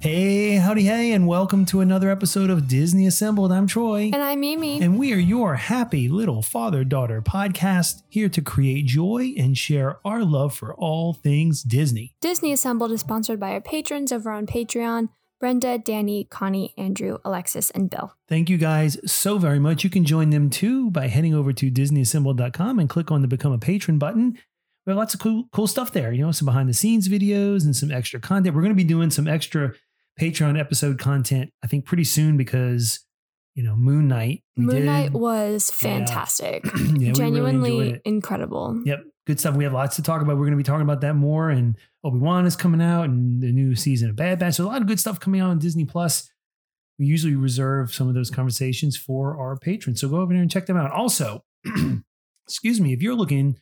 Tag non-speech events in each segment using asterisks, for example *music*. Hey, howdy, hey, and welcome to another episode of Disney Assembled. I'm Troy, And I'm Mimi. and we are your happy little father daughter podcast here to create joy and share our love for all things Disney. Disney Assembled is sponsored by our patrons over on Patreon Brenda, Danny, Connie, Andrew, Alexis, and Bill. Thank you guys so very much. You can join them too by heading over to disneyassembled.com and click on the become a patron button. We have lots of cool cool stuff there, you know, some behind the scenes videos and some extra content. We're going to be doing some extra Patreon episode content I think pretty soon because you know, Moon Knight. we Moon did- Knight was *clears throat* fantastic. Yeah, we really Genuinely enjoyed it. incredible. Yep. Good stuff. We have lots to talk about. We're going to be talking about that more. And Obi Wan is coming out and the new season of Bad Batch. So, a lot of good stuff coming out on Disney Plus. We usually reserve some of those conversations for our patrons. So, go over there and check them out. Also, *clears throat* excuse me, if you're looking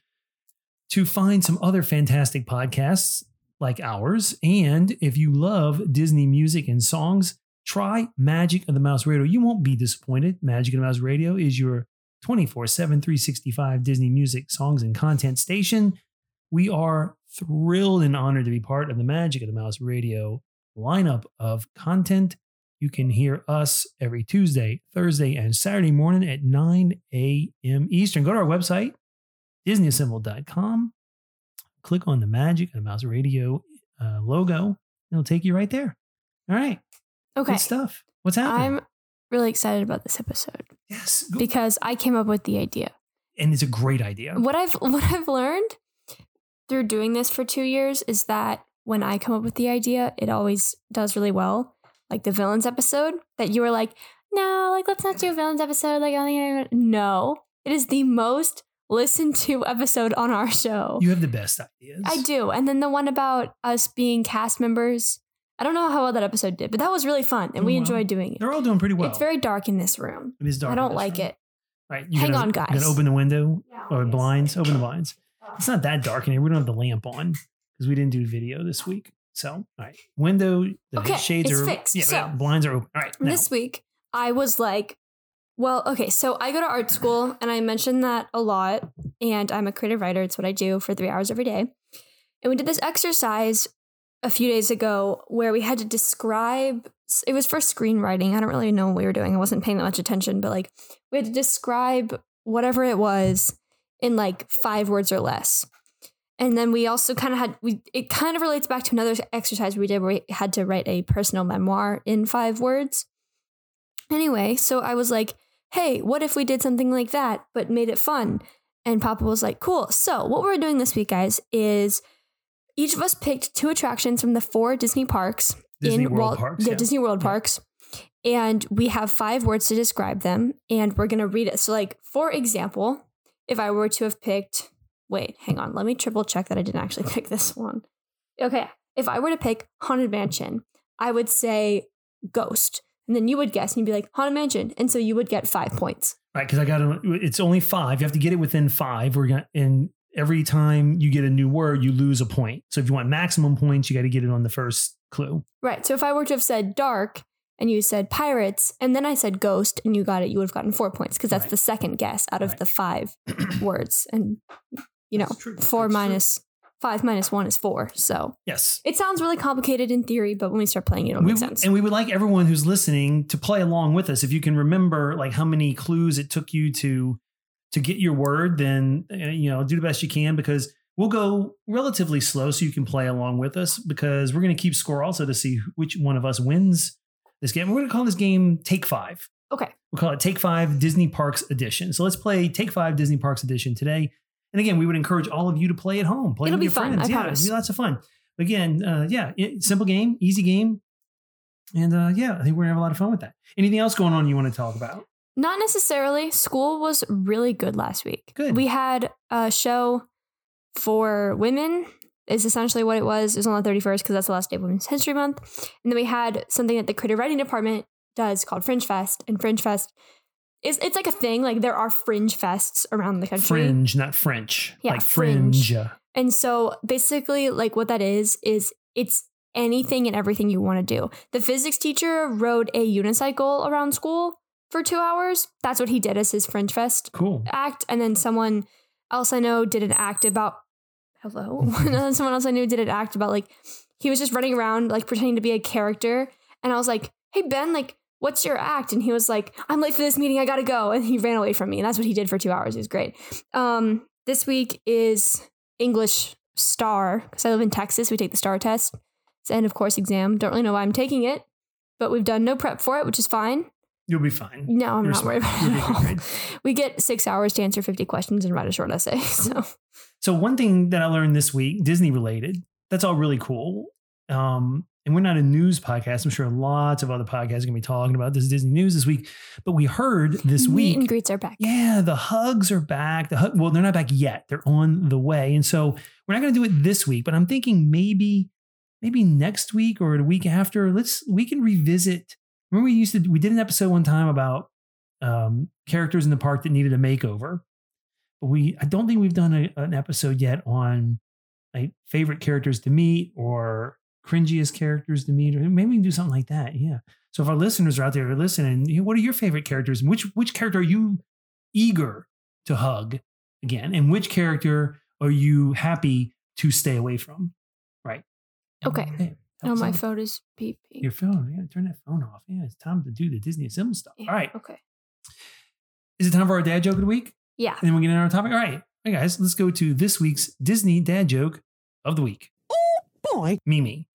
to find some other fantastic podcasts like ours, and if you love Disney music and songs, try Magic of the Mouse Radio. You won't be disappointed. Magic of the Mouse Radio is your 24 7, 365 Disney music, songs, and content station. We are thrilled and honored to be part of the Magic of the Mouse radio lineup of content. You can hear us every Tuesday, Thursday, and Saturday morning at 9 a.m. Eastern. Go to our website, disneyassemble.com, click on the Magic of the Mouse radio uh, logo, and it'll take you right there. All right. Okay. Good stuff. What's happening? I'm really excited about this episode yes. go- because I came up with the idea. and it's a great idea. What I've *laughs* what I've learned through doing this for 2 years is that when I come up with the idea, it always does really well. Like the villains episode that you were like, "No, like let's not do a villains episode like on the No. It is the most listened to *laughs* episode on our show. You have the best ideas. I do. And then the one about us being cast members. I don't know how well that episode did, but that was really fun and we Well, enjoyed doing it. Mm-hmm. They're all doing pretty well. It's very dark in this room. It is dark. I in don't this like room. it. All right, you Hang gotta- on, you guys. Gotta open the window or blinds. Open the blinds. It's not that dark in here. We don't have the lamp on because we didn't do video this week. So, all right, window. The Okay, shades it's are fixed. Yeah, So- yeah, blinds are open. All right, now, This week, I was like, well, okay, so I go to art school and I mention that a lot. And I'm a creative writer, it's what I do for three hours every day. And we did this exercise a few days ago where we had to describe it was for screenwriting. I don't really know what we were doing. I wasn't paying that much attention, but like we had to describe whatever it was in like five words or less. And then we also kind of had we it kind of relates back to another exercise we did where we had to write a personal memoir in five words. Anyway, so I was like, "Hey, what if we did something like that but made it fun?" And Papa was like, "Cool. So, what we're doing this week, guys, is each of us picked two attractions from the four Disney parks Disney World Walt- parks, yeah, yeah. Disney World Yeah. parks. And we have five words to describe them, and we're gonna read it. So, like for example, if I were to have picked, wait, hang on, let me triple check that I didn't actually *laughs* pick this one. Okay, if I were to pick Haunted Mansion, I would say Ghost, and then you would guess, and you'd be like Haunted Mansion, and so you would get five points. right? Because I got to. It's only five. You have to get it within five. We're gonna and every time you get a new word, you lose a point. So if you want maximum points, you got to get it on the first clue. Right. So if I were to have said Dark and you said Pirates, and then I said Ghost, and you got it, you would have gotten four points because that's Right. the second guess out of Right. *clears throat* the five words, and you know, That's true. four That's true. minus- five minus one is four. So Yes. it sounds really complicated in theory, but when we start playing, it'll We- make sense. And we would like everyone who's listening to play along with us. If you can remember, like how many clues it took you to to get your word, then uh, you know do the best you can because we'll go relatively slow so you can play along with us because we're going to keep score also to see which one of us wins this game. We're going to call this game Take Five. Okay. We'll call it Take Five Disney Parks Edition. So let's play Take Five Disney Parks Edition today. And again, we would encourage all of you to play at home. Play It'll with be your fun, friends. I yeah, promise. it'll be lots of fun. Again, uh, yeah, it- simple game, easy game, and uh, yeah, I think we're gonna have a lot of fun with that. Anything else going on you want to talk about? Not necessarily. School was really good last week. Good. We had a show for women. Is essentially what it was. It was on the 31st because that's the last day of Women's History Month. And then we had something that the creative writing department does called Fringe Fest. And Fringe Fest is it's like a thing. Like there are Fringe Fests around the country. Fringe, not French. Yeah, like fringe. fringe. And so basically, like what that is, is it's anything and everything you want to do. The physics teacher rode a unicycle around school for two hours. That's what he did as his Fringe Fest Cool. act. And then someone else I know did an act about, hello. *laughs* and then someone else I knew did an act about like, he was just running around, like pretending to be a character. And I was like, hey, Ben, like, what's your act? And he was like, I'm late for this meeting. I got to go. And he ran away from me. And that's what he did for two hours. It was great. Um, this week is English star because I live in Texas. We take the star test. It's an end of course exam. Don't really know why I'm taking it, but we've done no prep for it, which is fine. You'll be fine. No, I'm You're not worried about smart. it. You'll At be all. good. We get six hours to answer 50 questions and write a short essay. *laughs* So So one thing that I learned this week, Disney related, that's all really cool. Um, and we're not a news podcast. I'm sure lots of other podcasts are gonna be talking about this Disney news this week. But we heard this meet week and greets are back. Yeah, the hugs are back. The hug, well, they're not back yet. They're on the way, and so we're not going to do it this week. But I'm thinking maybe, maybe next week or the week after. Let's we can revisit. Remember, we used to we did an episode one time about um, characters in the park that needed a makeover. But we I don't think we've done a, an episode yet on like favorite characters to meet or cringiest characters to meet, or maybe we can do something like that. Yeah. So if our listeners are out there listening, you know, what are your favorite characters? And Which which character are you eager to hug again? And which character are you happy to stay away from? Right. Okay. Hey, Oh, my phone. phone is beeping. Your phone. Yeah, turn that phone off. Yeah, it's time to do the Disney Assembly stuff. Yeah, All right. Okay. Is it time for our dad joke of the week? Yeah. *laughs* And then we'll get into our topic. All right. Hey guys, let's go to this week's Disney dad joke of the week. Boy. Mimi.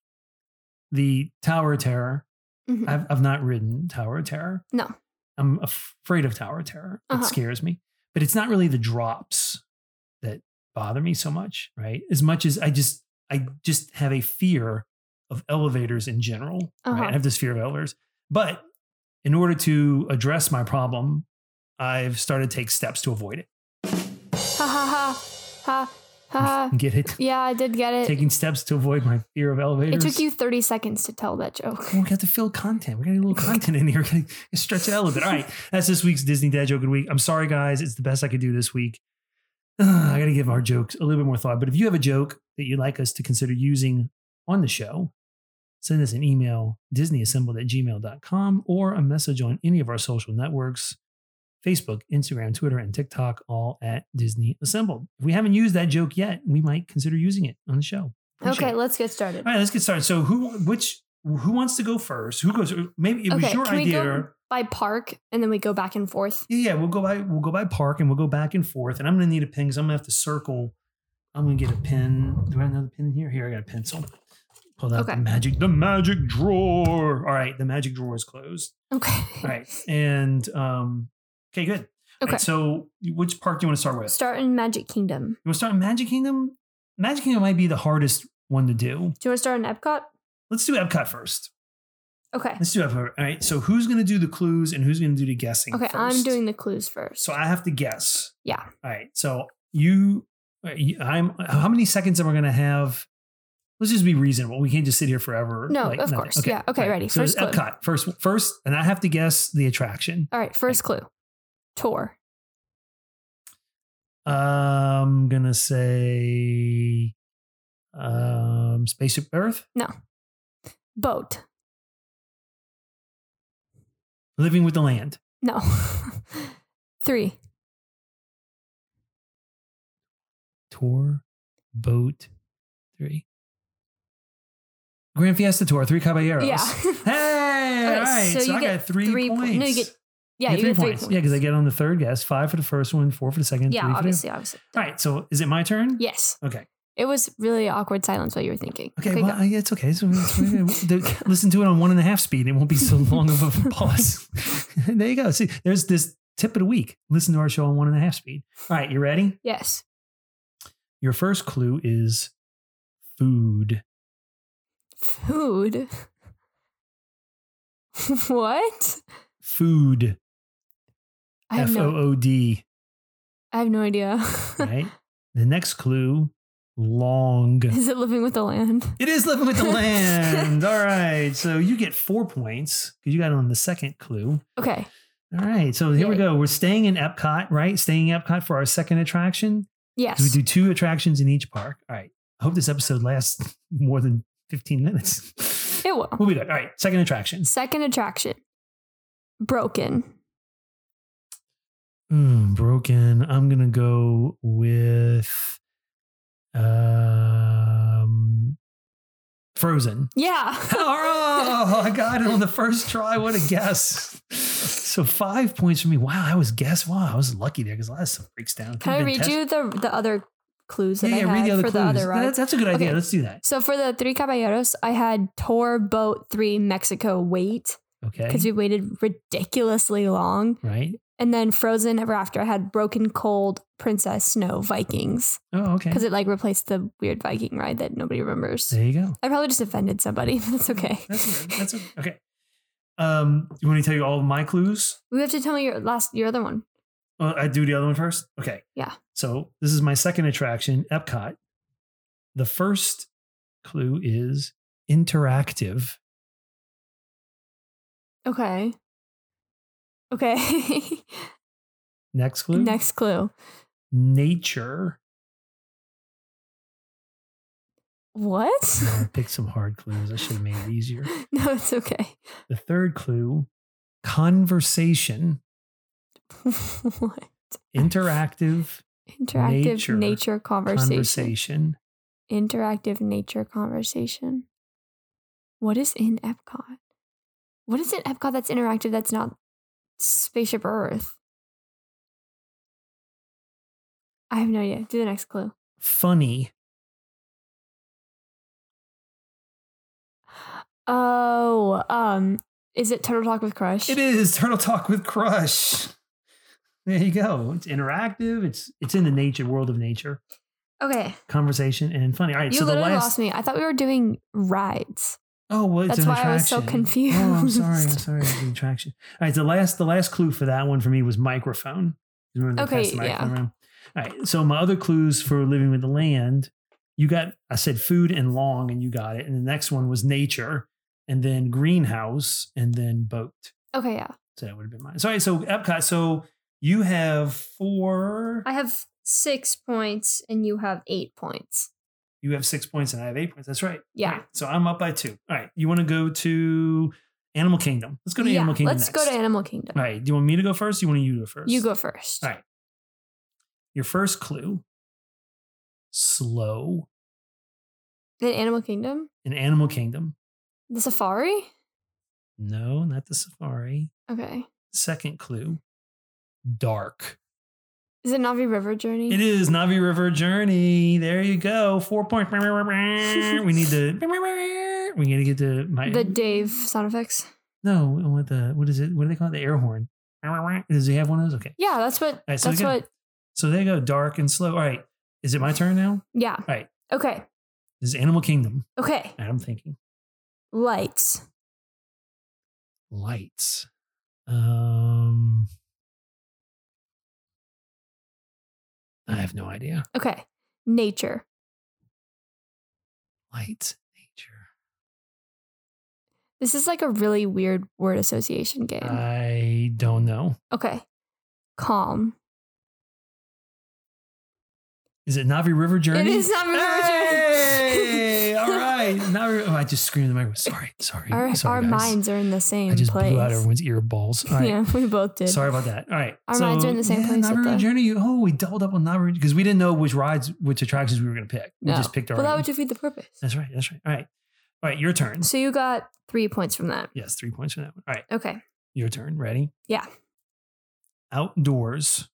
The Tower of Terror. Mhm. I've, I've not ridden Tower of Terror. No. I'm af- afraid of Tower of Terror. It Uh-huh. scares me. But it's not really the drops that bother me so much, right? As much as I just I just have a fear of elevators in general. Uh-huh. Right? I have this fear of elevators. But in order to address my problem, I've started to take steps to avoid it. Ha ha ha. Ha ha. Get it? Yeah, I did get Uh, it. Taking steps to avoid my fear of It elevators. took you 30 seconds to tell that joke. We got to fill content. We got a little content in here. We got to stretch it out a little bit. All right, that's this week's Disney Dad Joke of the Week. I'm sorry, guys. It's the best I could do this week. *sighs* Ugh, I got to give our jokes a little bit more thought. But if you have a joke that you'd like us to consider using on the show, send us an email, disneyassembled at gmail.com, or a message on any of our social networks Facebook, Instagram, Twitter, and TikTok, all at Disney Assembled. If we haven't used that joke yet, we might consider using it on the show. Appreciate it. Okay, let's get started. All right, let's get started. So who which who wants to go first? Who goes? Maybe it was Okay, your can we idea. go by park and then we go back and forth? yeah, yeah, we'll go by we'll go by park and we'll go back and forth. And I'm gonna need a pen because I'm gonna have to circle. I'm gonna get a pen. Do I have another pen in here? Here, I got a pencil. Pull out Okay. the magic the magic drawer. All right, the magic drawer is closed. Okay. All right, and um, okay, good. All right, Okay. so which park do you want to start with? *laughs* Start in Magic Kingdom. You want to start in Magic Kingdom? Magic Kingdom might be the hardest one to do. Do you want to start in Epcot? Let's do Epcot first. Okay. Let's do it. All right. So who's going to do the clues and who's going to do the guessing? Okay, i I'm first? doing the clues first. So I have to guess. Yeah. All right. So you, uh, I'm. How many seconds am I going to have? Let's just be reasonable. We can't just sit here forever. No, of course. Yeah. Okay, All ready. So First clue. Epcot. First, first, and I have to guess the attraction. All right, first clue. Tour. I'm gonna say, um, Spaceship Earth, Boat. Living with the Land. No. *laughs* Three. tour boat three grand fiesta tour three caballeros Yeah. *laughs* hey Okay, all right so so, you i get got three, three po- points no, you get- yeah, I you get get three points. yeah because i get on the third guess five for the first one four for the second Yeah, three obviously, obviously. for the all right so is it my turn Yes. okay It was really awkward silence while you were thinking. okay, go. well I, it's okay so, it's- the- *laughs* listen to it on one and a half speed it won't be so long of *laughs* a pause *laughs* there you go see there's this tip of the week listen to our show on one and a half speed all right you ready yes. Your first clue is food. Food. *laughs* what? Food. I have F O no. O D. I have *laughs* no idea. Right? the next clue, long. *laughs* Is it living with the land? It is living *laughs* with the land. All right. So you get four points because you got on the second clue. Okay. All right. So here we Yay. go. We're staying in Epcot, right? Staying in Epcot for our second attraction. So we Yes. do two attractions in each park. All right. I hope this episode lasts *laughs* more than 15 minutes. It will. We'll be there. All right. Second attraction. Second attraction. Broken. Mm, broken. I'm going to go with um, Frozen. *laughs* Yeah. *laughs* Oh, I got it on the first try. What a guess. So five points for me. Wow, I was guess. Wow, I was lucky there because a lot of stuff breaks down. Can I Could've been read test- you the the other clues that Yeah, I yeah, had read the other for clues. the other That- rides? that's a good idea. Okay. Let's do that. So for the three caballeros, I had tour boat three Mexico wait Okay. because we waited ridiculously long, right. and then Frozen Ever After. I had broken cold Princess Snow Vikings Oh, okay. because it like replaced the weird Viking ride that nobody remembers. There you go. I probably just offended somebody, *laughs* but that's okay. That's okay. That's okay. okay. Um, you want me to tell you all of my clues? we have to tell me your last your other one. Uh, I do the other one first. Okay. Yeah. So this is my second attraction, Epcot. The first clue is interactive. Okay. Okay. *laughs* Next clue. Next clue. Nature. What? *laughs* *laughs* I picked some hard clues. I should have made it easier. No, it's okay. *laughs* The third clue conversation, what? interactive Interactive Nature nature, conversation. conversation. Interactive nature conversation. What is in Epcot? What is in Epcot that's interactive that's not Spaceship Earth? I have no idea. Do the next clue. funny. Oh, um, is it Turtle Talk with Crush? It is Turtle Talk with Crush. There you go. It's interactive. It's it's in the nature world of nature. Okay. Conversation and funny. All right. you so the literally last. lost me. I thought we were doing rides. Oh well, it's That's an why I was so attraction. Oh, I'm sorry. I'm confused. sorry. It's an attraction. All right. The last the last clue for that one for me was microphone. Remember they Okay, passed the yeah. microphone around? All right. So my other clues for living with the land, you got I said food and long, and you got it. And the next one was nature, and then greenhouse, and then boat. Okay, yeah. So that would have been mine. Sorry. So Epcot. So you have four. I have six points and you have eight points. You have six points, and I have eight points. That's right. Yeah. All right, so I'm up by two. All right. You want to go to Animal Kingdom? Let's go to Yeah, Animal Kingdom. Let's next. go to Animal Kingdom. All right. Do you want me to go first? Or you want you to go first? You go first. All right. Your first clue slow Then Animal Kingdom, in Animal Kingdom. the safari. No, not the safari. Okay. Second clue dark. Is it Navi River Journey? It is Navi River Journey. There you go. Four points. We need to. We need to get to my. The Dave sound effects. no, what the? What is it? What do they call it? The air horn. Does he have one of those? Okay. Yeah, that's what. right, so that's we got- what. So there you go. Dark and slow. All right. Is it my turn now? Yeah. right. Okay. This is Animal Kingdom. Okay. I'm thinking. Lights. lights. Um, I have no idea. Okay. Nature. Lights, nature. This is like a really weird word association game. Uh, I don't know. okay. Calm. Is it Navi River Journey? It is Navi River Journey. *laughs* Hey, all right. Navi, oh, I just screamed in my microphone. Sorry, sorry, Our, sorry, our guys. minds are in the same I just place. blew out *laughs* everyone's ear balls. All right. Yeah, we both did. Sorry about that. All right. Our minds are in the same yeah, place Navi at River the- Journey. you- Oh, we doubled up on Navi River because we didn't know which rides, which attractions we were going to pick. We No. just picked our. Well, that own. would defeat the purpose. That's right. That's right. All right. All right. Your turn. So you got three points from that. Yes, three points for that one. All right. Okay. Your turn. Ready? Yeah. Outdoors.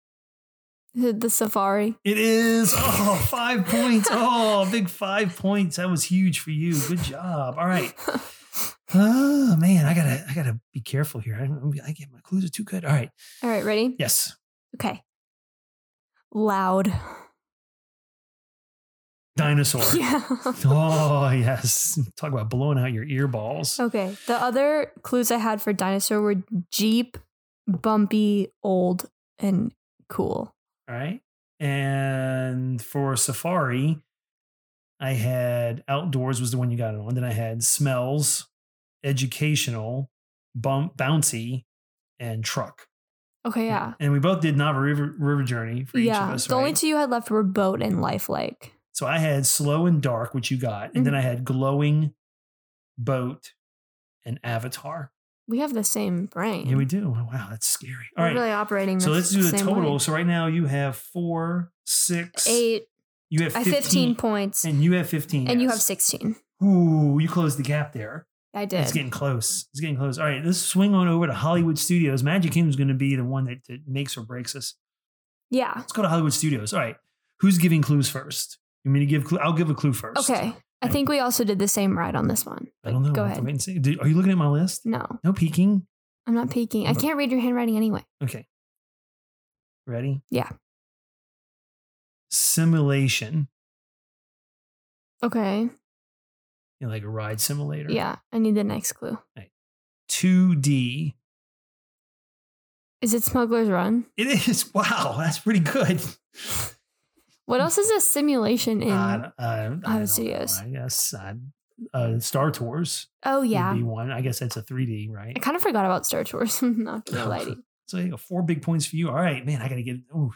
The, the safari. It is. Oh, five points. Oh, big five points. That was huge for you. Good job. All *laughs* right. Oh man, I gotta I gotta be careful here. I, don't- I get my clues are too good. All right. All right, ready? Yes. Okay. Loud. dinosaur. *laughs* Yeah. Oh, yes. Talk about blowing out your ear balls. okay. The other clues I had for dinosaur were Jeep, bumpy, old, and cool. All right. And for safari, I had outdoors was the one you got it on. Then I had smells, educational, bump, bouncy, and truck. Okay, yeah. And we both did Nava River, River Journey for each of Yeah. us. The only right? two you had left were boat and lifelike. So I had slow and dark, which you got, and then Mm-hmm. I had glowing, boat, and avatar. We have the same brain. Yeah, we do. Oh, Wow, that's scary. All We're right, Mm. really operating. so the let's do the same total. way. So right now you have four, six, Eight. You have I 15, fifteen, points, and, and you have fifteen, you have yes. sixteen. Ooh, you closed the gap there. I did. It's getting close. It's getting close. All right, let's swing on over to Hollywood Studios. Magic Kingdom's going to be the one that, that makes or breaks us. yeah. Let's go to Hollywood Studios. All right, who's giving clues first? You mean to give? Clue? I'll give a clue first. Okay. I Right. think we also did the same ride on this one. I don't know. Go I'll have to ahead. wait and see. Did- are you looking at my list? No, No peeking. I'm not peeking. I can't read your handwriting anyway. Okay. Ready? Yeah. Simulation. Okay. You know, like a ride simulator. Yeah. I need the next clue. 2D. Is it Smuggler's Run? It is. *laughs* Wow, that's pretty good. What else is a simulation in? Uh, uh, I don't know, Studios. I guess uh, uh, Star Tours oh, would yeah. be one. I guess that's a 3D, right? I kind of forgot about Star Tours. *laughs* not *laughs* gonna lie to you. So you got four big points for you. All right, man. I gotta get. Oh,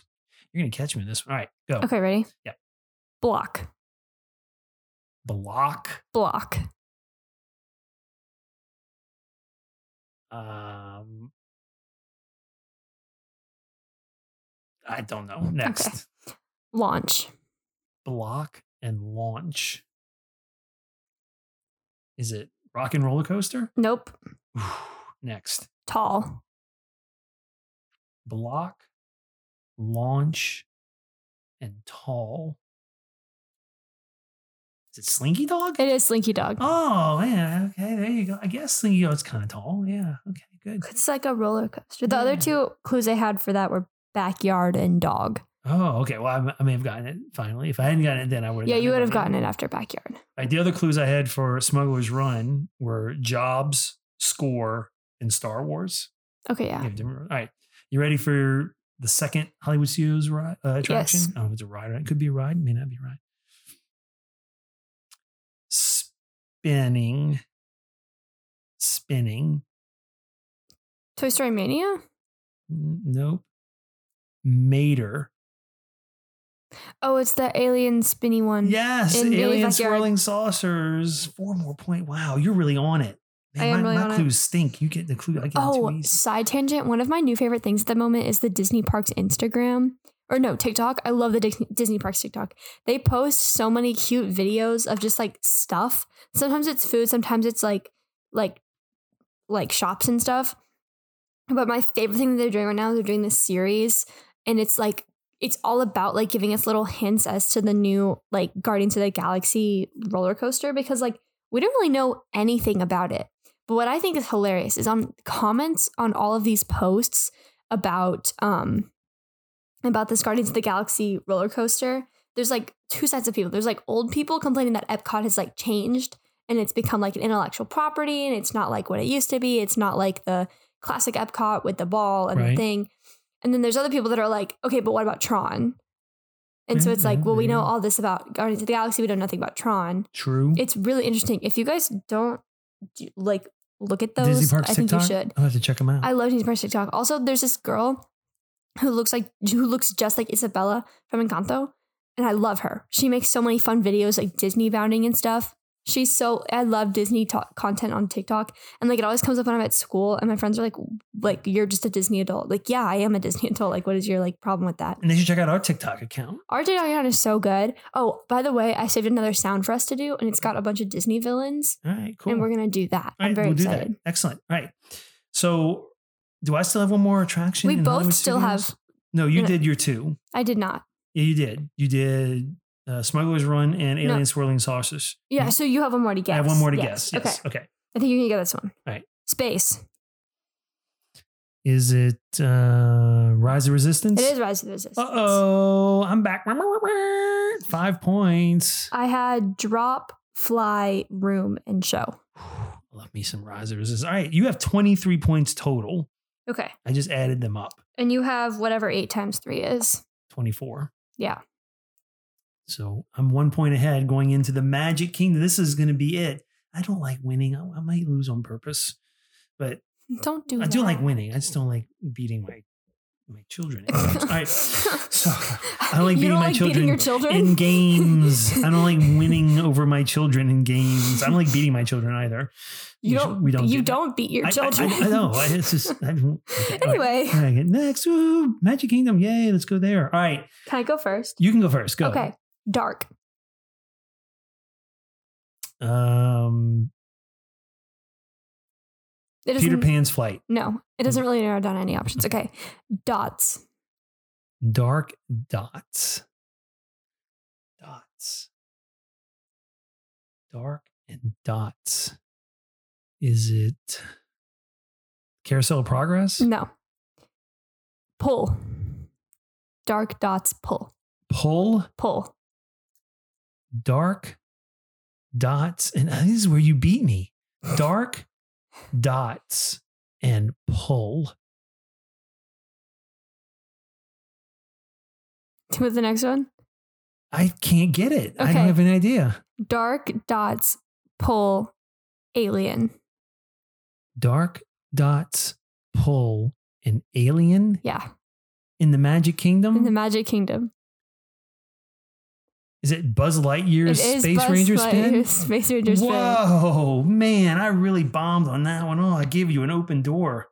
you're gonna catch me in this one. All right, go. Okay, ready? Yep. Block. Block. Block. Um, I don't know. Next, Launch. block and launch. Is it rock and roller coaster? *sighs* Nope. Next, Tall. block, launch, and tall. Is it Slinky Dog? It is Slinky Dog. Oh man, okay, there you go. I guess Slinky Dog's kind of tall. Yeah, okay, good. It's like a roller coaster. The other Yeah. two clues I had for that were backyard and dog. Oh, okay. Well, I, I may have gotten it finally. If I hadn't gotten it, then I would. Yeah, you would have gotten it after backyard. Right, the other clues I had for Smuggler's Run were jobs, score, and Star Wars. Okay, yeah. You have different- all right, you ready for the second Hollywood Studios ride, uh, attraction? I don't know if it's a ride. or- It could be a ride. May not be a ride. Spinning, spinning. Toy Story Mania? N- Nope. Mater. Oh, it's the alien spinny one. Yes, Um, in the alien backyard. swirling saucers. Four more point. Wow, you're really on it. Man, I am my, really my on it. clues stink. You get the clue. I get oh, Oh, side tangent. One of my new favorite things at the moment is the Disney Parks Instagram or no, TikTok. I love the Dis- Disney Parks TikTok. They post so many cute videos of just like stuff. Sometimes it's food, sometimes it's like like like shops and stuff. But my favorite thing that they're doing right now is they're doing this series and it's like it's all about like giving us little hints as to the new like Guardians of the Galaxy roller coaster because like we don't really know anything about it. But what I think is hilarious is on comments on all of these posts about um about this Guardians of the Galaxy roller coaster. There's like two sides of people. There's like old people complaining that Epcot has like changed and it's become like an intellectual property and it's not like what it used to be. It's not like the classic Epcot with the ball and Right. the thing. And then there's other people that are like, okay, but what about Tron? And so Yeah, it's like, yeah, well, we yeah. know all this about Guardians of the Galaxy. We know nothing about Tron True. it's really interesting. If you guys don't do- like look at Disney those, Parks I think TikTok. you should. I'll have to check them out. I love Disney Parks TikTok. Also, there's this girl who looks like who looks just like Isabella from Encanto, and I love her. She makes so many fun videos like Disney bounding and stuff. She's so I love Disney to- content on TikTok, and like it always comes up when I'm at school, and my friends are like, "Like you're just a Disney adult." Like, yeah, I am a Disney *laughs* adult. Like, what is your like problem with that? and they should check out our TikTok account. Our TikTok account is so good. Oh, by the way, I saved another sound for us to do, and it's got a bunch of Disney villains All right, cool. and we're gonna do that. All I'm right, very we'll do that. excited. Excellent. All right. So, do I still have one more attraction? We in both Hollywood still Studios? have- No, you no. did your two. I did not. Yeah, you did. You did uh, Smuggler's Run and No. Alien Swirling Saucers. Yeah, You- so you have one more to Mm-hmm. guess. I have one more to Yes. guess. Yes. Okay. Okay. I think you're gonna get this one. All right. Space. Is it uh, Rise of Resistance? It is Rise of the Resistance. Uh oh, I'm back. Five points. I had drop, fly, room, and show. Love me some Rise of Resistance. All right, you have 23 points total. Okay. I just added them up. And you have whatever eight times three is. 24. Yeah. So I'm one point ahead going into the Magic Kingdom. This is going to be it. I don't like winning. I, I might lose on purpose, but Don't do I that. do *laughs* like winning. I just don't like beating my my children. in games. All *laughs* right. So I don't like You beating don't my like children, beating your children? in *laughs* games. I don't like winning over my children in games. I don't like beating my children either. You We don't. sh- we don't you do that. don't beat your I- I- children. I, I, know. I, it's *laughs* just. I don't, okay, all right. anyway, All right, next, ooh, Magic Kingdom. Yay, let's go there. All right, can I go first? you can go first. Go. Okay. Dark. Um, It Peter doesn't- Pan's flight. No, it Mm. doesn't really narrow down any options. Okay. Dots. Dark dots. Dots. Dark and dots. Is it Carousel of Progress? No. Pull. Dark dots. Pull. Pull Pull. *laughs* dark dots. And uh, this is where you beat me. Dark dots and pull. What's the next one? I can't get it. I don't Okay. have an idea. Dark dots. Pull. Alien. Dark dots pull an alien Yeah. in the Magic Kingdom. In the Magic Kingdom. Is it Buzz Lightyear's Space Buzz Ranger spin? Lightyear's *laughs* Space Ranger spin. Whoa, man, I really bombed on that one. Oh, I gave you an open *laughs* door.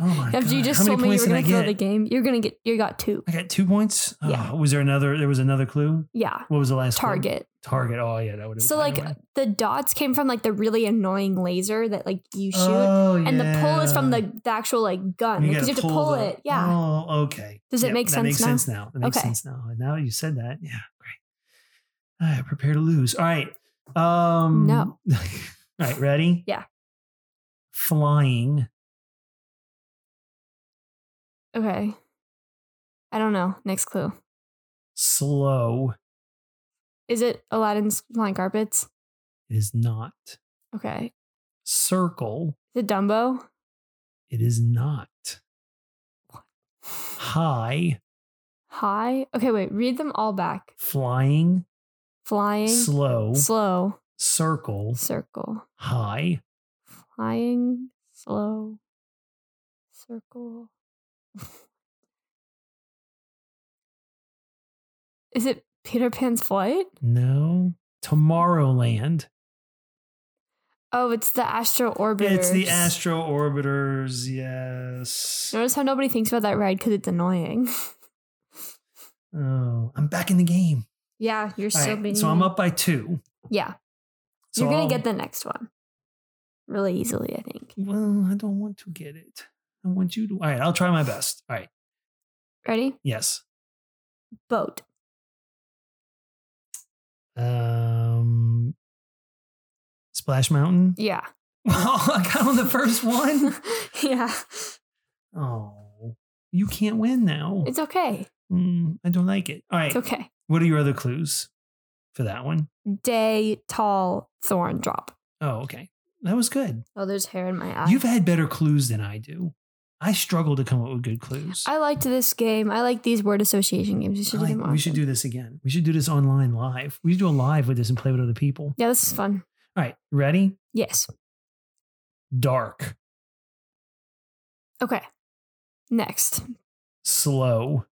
Oh my After god. you just How many told me you points were did I gonna kill get? the game, you're gonna get you got two. I got two points. Yeah. Oh, was there another there was another clue? Yeah. What was the last clue? Target. Target. Oh yeah, that would have So like the dots came from like the really annoying laser that like you shoot, oh, and the pull is from yeah. the, the actual like gun You because gotta Uh, you have to pull the- it. Yeah. Oh, okay. Does it make that sense makes now? sense now. That makes Okay. sense now. Now that you said that, yeah, great. I prepare to lose. All right. Um, No. *laughs* All right. Ready? Yeah. Flying. Oh. Okay. I don't know. Next clue. slow Is it Aladdin's flying carpets? it is not Okay. circle Is it Dumbo? it is not high High. Okay, wait. Read them all back. flying Flying. slow Slow. circle Circle. high Flying. Slow. Circle. *laughs* Is it Peter Pan's flight? no tomorrowland Oh, it's the Astro Orbiter. it's the astro orbiters yes Notice how nobody thinks about that ride because it's annoying. *laughs* oh i'm back in the game Yeah, you're All still right, being. so i'm up by two Yeah, so you're gonna I'll- get the next one really easily, I think. well i don't want to get it i want you to all right i'll try my best all right Ready? yes Boat. um splash mountain Yeah. *laughs* *laughs* Oh, I got on the first one. yeah. Oh, you can't win now. It's okay. Mm, I don't like it. All right. It's okay. What are your other clues for that one? Day, tall, thorn, drop. Oh, okay. That was good. Oh, there's hair in my eye. You've had better clues than I do. I struggle to come up with good clues. I liked this game. I like these word association games. We should I do like- them more. we should often. do this again. We should do this online live. We should do a live with this and play with other people. Yeah, this is fun. All right. Ready? Yes. Dark, Okay. Next. slow.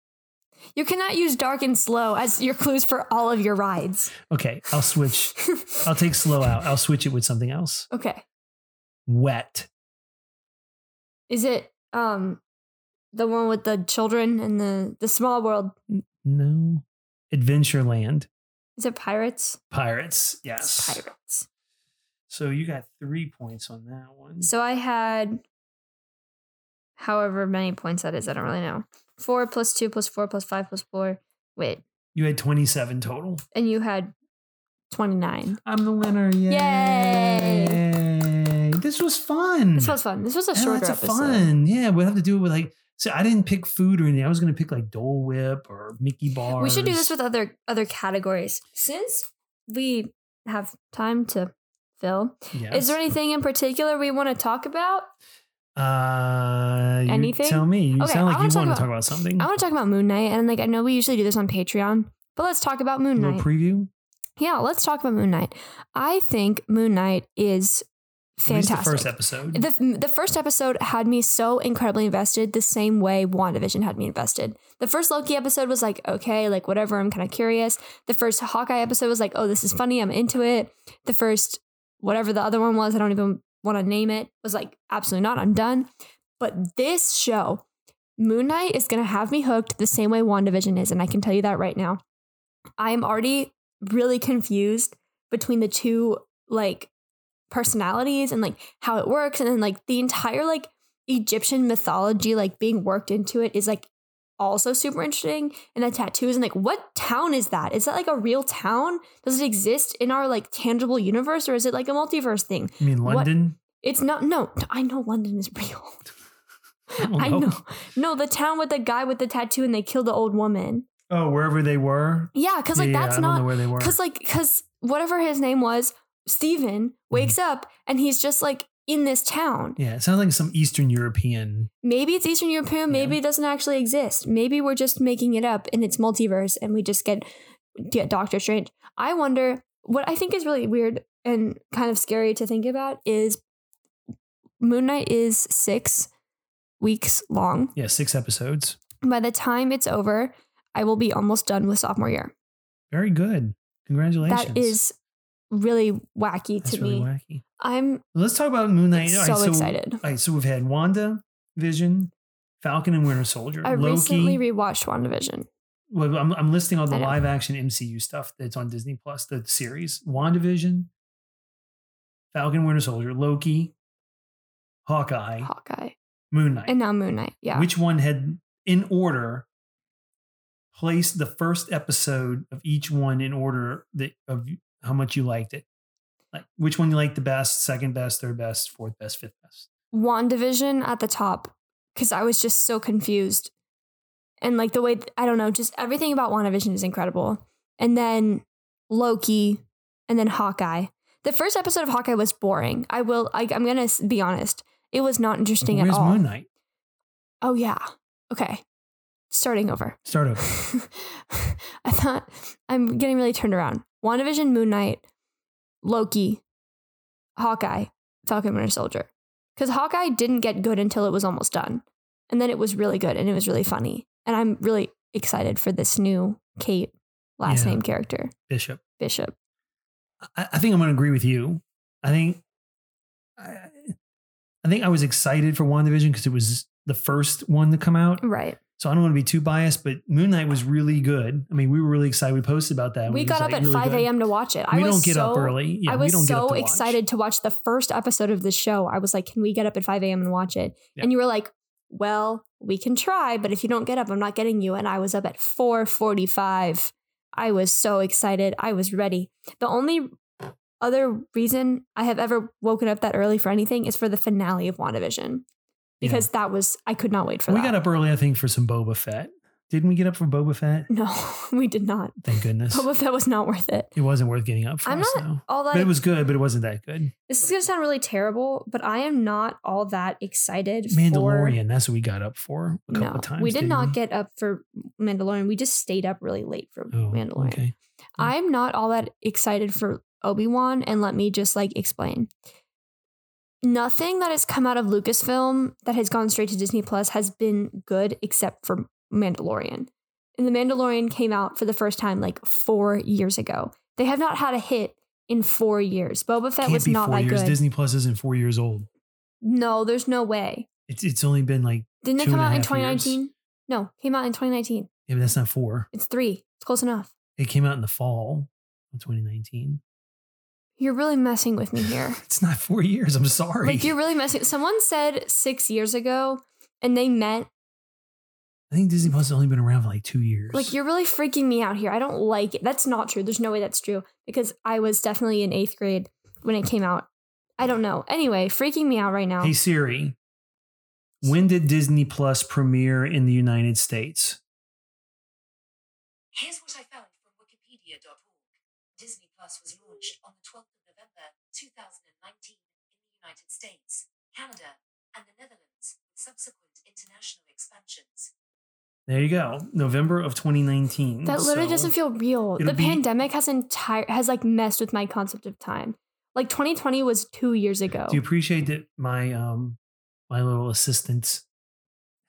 You cannot use dark and slow as your clues for all of your rides. Okay. I'll *laughs* switch. I'll take slow out. I'll switch it with something else. okay. Wet. Is it um the one with the children and the the small world? No. Adventureland. Is it pirates? Pirates. It's Yes. pirates. So you got three points on that one. So I had however many points that is, I don't really know. Four plus two plus four plus five plus four. Wait. you had 27 total. And you had twenty nine. I'm the winner. Yay. Yay. Yay. this was fun. This was fun. This was a Mm-hmm. Yeah, shorter Oh, that's a episode. fun. Yeah, we'll have to do it with like. So I didn't pick food or anything. I was going to pick like Dole Whip or Mickey Bars. We should do this with other other categories. Since we have time to fill, Yes. is there anything in particular we want to talk about? uh, you Anything? Tell me. You Okay, sound like I you wanna want to talk about- talk about something. I want to talk about Moon Knight, and like I know we usually do this on Patreon, but let's talk about a Moon little Knight. preview. yeah, let's talk about Moon Knight. I think Moon Knight is At least fantastic. the first episode. The, the first episode had me so incredibly invested, the same way WandaVision had me invested. The first Loki episode was like, okay, like whatever, I'm kind of curious. The first Hawkeye episode was like, oh, this is funny, I'm into it. The first, whatever the other one was, I don't even want to name it, was like, absolutely not, I'm done. But this show, Moon Knight, is going to have me hooked the same way WandaVision is. And I can tell you that right now. I'm already really confused between the two, like, personalities and like how it works and then like the entire like egyptian mythology like being worked into it is like also super interesting and the tattoos and like what town is that is that like a real town does it exist in our like tangible universe or is it like a multiverse thing I mean, what- London. it's not no i know london is *laughs* real don't *laughs* i know no the town with the guy with the tattoo and they kill the old woman Oh, wherever they were. yeah because like Yeah, that's I don't not know where they were. because like because whatever his name was steven wakes Mm-hmm. up and he's just like in this town Yeah, it sounds like some Eastern European. maybe it's eastern european maybe it doesn't actually exist maybe we're just making it up and it's multiverse and we just get get doctor strange i wonder what i think is really weird and kind of scary to think about is moon knight is six weeks long Yeah, six episodes. by the time it's over i will be almost done with sophomore year Very good. Congratulations. that is really wacky That's to really me wacky. i'm Let's talk about Moon Knight. so, All right, excited. All right, so we've had Wanda, Vision, Falcon, and Winter Soldier. I Loki. recently rewatched WandaVision. well, I'm, I'm listing all the I know. live action MCU stuff that's on Disney Plus, the series WandaVision, Falcon, Winter Soldier, Loki, Hawkeye, Hawkeye. Moon Knight. And now Moon Knight. Yeah. Which one had, in order, placed the first episode of each one in order that of how much you liked it? Like which one you liked the best, second best, third best, fourth best, fifth best? WandaVision at the top because I was just so confused. And like the way, I don't know, just everything about WandaVision is incredible. And then Loki and then Hawkeye. The first episode of Hawkeye was boring. I will, I, I'm going to be honest. It was not interesting Where's at all. Moon Knight? Oh, yeah. Okay. Starting over. Start over. *laughs* I thought I'm getting really turned around. WandaVision, Moon Knight, Loki, Hawkeye, Falcon Winter Soldier. Because Hawkeye didn't get good until it was almost done. And then it was really good and it was really funny. And I'm really excited for this new Kate last Yeah. name character, Bishop. Bishop. I, I think I'm going to agree with you. I think I, I think I was excited for WandaVision because it was the first one to come out. Right. So I don't want to be too biased, but Moon Knight was really good. I mean, we were really excited. We posted about that. we It was, got up like, at really 5 good. a.m. to watch it. I We was don't get so, up early. Yeah, I we was don't get up so to watch. excited to watch the first episode of the show. I was like, can we get up at 5 a.m. and watch it? Yeah. And you were like, well, we can try, but if you don't get up, I'm not getting you. And I was up at 4:45. I was so excited. I was ready. The only other reason I have ever woken up that early for anything is for the finale of WandaVision. Yeah. Because that was I could not wait for We that. got up early, I think, for some Boba Fett. Didn't we get up for Boba Fett? *laughs* no, we did not. *laughs* Thank goodness. Boba Fett was not worth it. it wasn't worth getting up for I'm us, not though. All that but it was good, but it wasn't that good. This is gonna sound really terrible, but I am not all that excited Mandalorian, that's what we got up for a for couple no, of times. we did didn't not get up for Mandalorian. We just stayed up really late for oh, Mandalorian. Okay. I'm not all that excited for Obi Wan, and let me just like explain. Nothing that has come out of Lucasfilm that has gone straight to Disney Plus has been good except for Mandalorian. And The Mandalorian came out for the first time like four years ago. They have not had a hit in four years. Boba Fett Can't was be not four that years. good. Disney Plus isn't four years old. no, there's no way. It's it's only been like Didn't it Two come and out a in half years. 2019? No, came out in 2019. Yeah, but that's not four. It's three. It's close enough. It came out in the fall of 2019. You're really *laughs* messing with me here. It's not four years. I'm sorry. like you're really messing. Someone said six years ago, and they meant I think Disney Plus has only been around for like two years. like you're really freaking me out here. I don't like it. That's not true. There's no way that's true because I was definitely in eighth grade when it came out, I don't know. Anyway, freaking me out right now. Hey Siri, when did Disney Plus premiere in the United States? Here's what I found from Wikipedia.org. Disney Plus was launched on the 12th of November 2019 in the United States, Canada, and the Netherlands, with subsequent international expansions. There you go. November of 2019. That literally So- doesn't feel real. it'll The be- pandemic has entire has like messed with my concept of time. Like 2020 was two years ago. Do you appreciate that my um my little assistant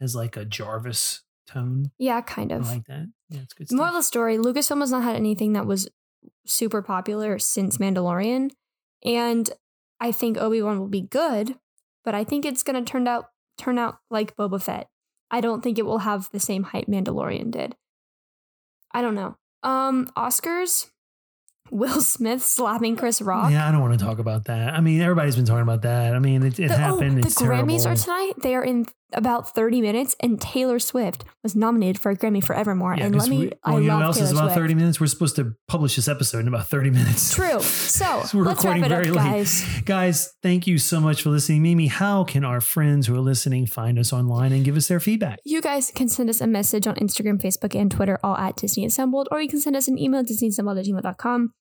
has like a Jarvis tone? yeah, kind I of. like that. Yeah, it's good stuff. Moral of the story: Lucasfilm has not had anything that was super popular since Mandalorian, and I think Obi Wan will be good, but I think it's gonna turn out turn out like Boba Fett. I don't think it will have the same hype Mandalorian did. I don't know. Um, Oscars: *laughs* Will Smith slapping Chris Rock. Yeah, I don't want to talk about that. I mean, everybody's been talking about that. I mean, it, it The- happened. Oh, the it's Grammys terrible. are tonight. They are in about 30 minutes, and Taylor Swift was nominated for a Grammy for Evermore. Yeah, and 'cause let me, we- I well, love you know what else Taylor is about Swift. 30 minutes? We're supposed to publish this episode in about 30 minutes. *laughs* True. *laughs* So, we're let's wrap recording it up, very late. guys. Guys, thank you so much for listening. Mimi, how can our friends who are listening find us online and give us their feedback? You guys can send us a message on Instagram, Facebook, and Twitter, all at Disney Assembled, or you can send us an email, disneyassembled at gmail.com.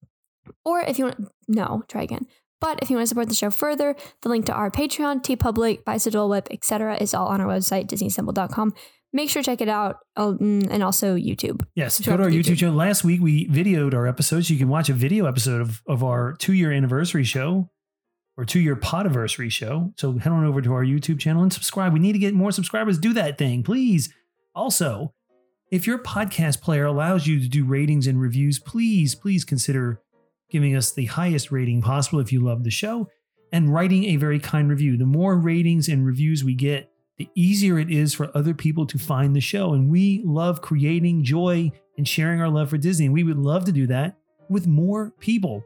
Or if you want, no, try again. But if you want to support the show further, the link to our Patreon, TeePublic, Bicycle Whip, etc. is all on our website, disneyassembled.com. Make sure to check it out, oh, mm, and also YouTube. Yes, go Subscribe to our to YouTube YouTube. channel. Last week we videoed our episodes. You can watch a video episode of, of our two year anniversary show or two year podiversary show. So head on over to our YouTube channel and subscribe. We need to get more subscribers. Do that thing, please. Also, if your podcast player allows you to do ratings and reviews, please, please consider giving us the highest rating possible if you love the show and writing a very kind review. The more ratings and reviews we get, the easier it is for other people to find the show. And we love creating joy and sharing our love for Disney. And we would love to do that with more people.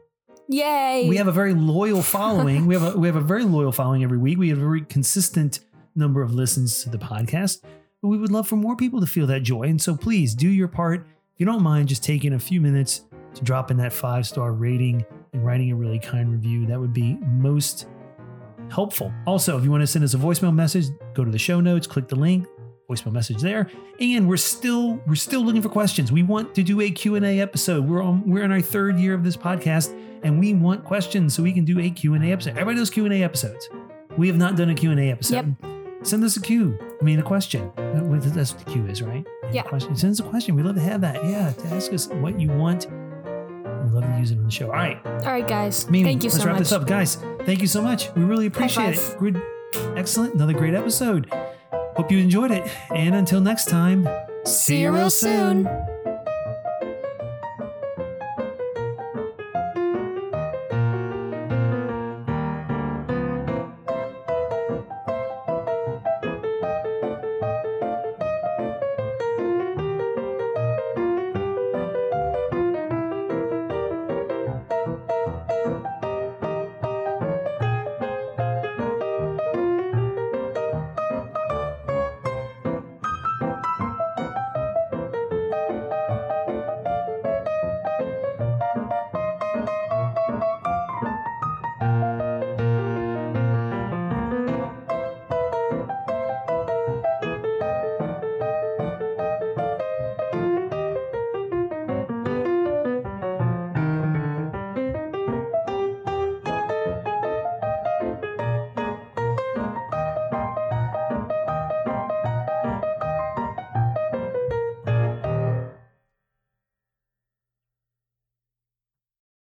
Yay! We have a very loyal following. we have a we have a very loyal following every week. We have a very consistent number of listens to the podcast. But we would love for more people to feel that joy. And so please do your part. If you don't mind just taking a few minutes to drop in that five star rating and writing a really kind review, that would be most helpful. Also, if you want to send us a voicemail message, go to the show notes, click the link, voicemail message there. And we're still we're still looking for questions. We want to do a Q&A episode. We're on we're in our third year of this podcast and we want questions so we can do a Q&A episode. Everybody does Q&A episodes. We have not done a Q&A episode. Send us a Q. I mean, a question. That- That's what the Q is, right? Yeah. Question. Send us a question. We'd love to have that. Yeah. To ask us what you want. We'd love to use it on the show. All right. All right, guys. Mimi, Thank you let's so wrap much. this up, guys. Thank you so much. We really appreciate it. five. Good, excellent, another great episode. Hope you enjoyed it, and until next time, See you real soon.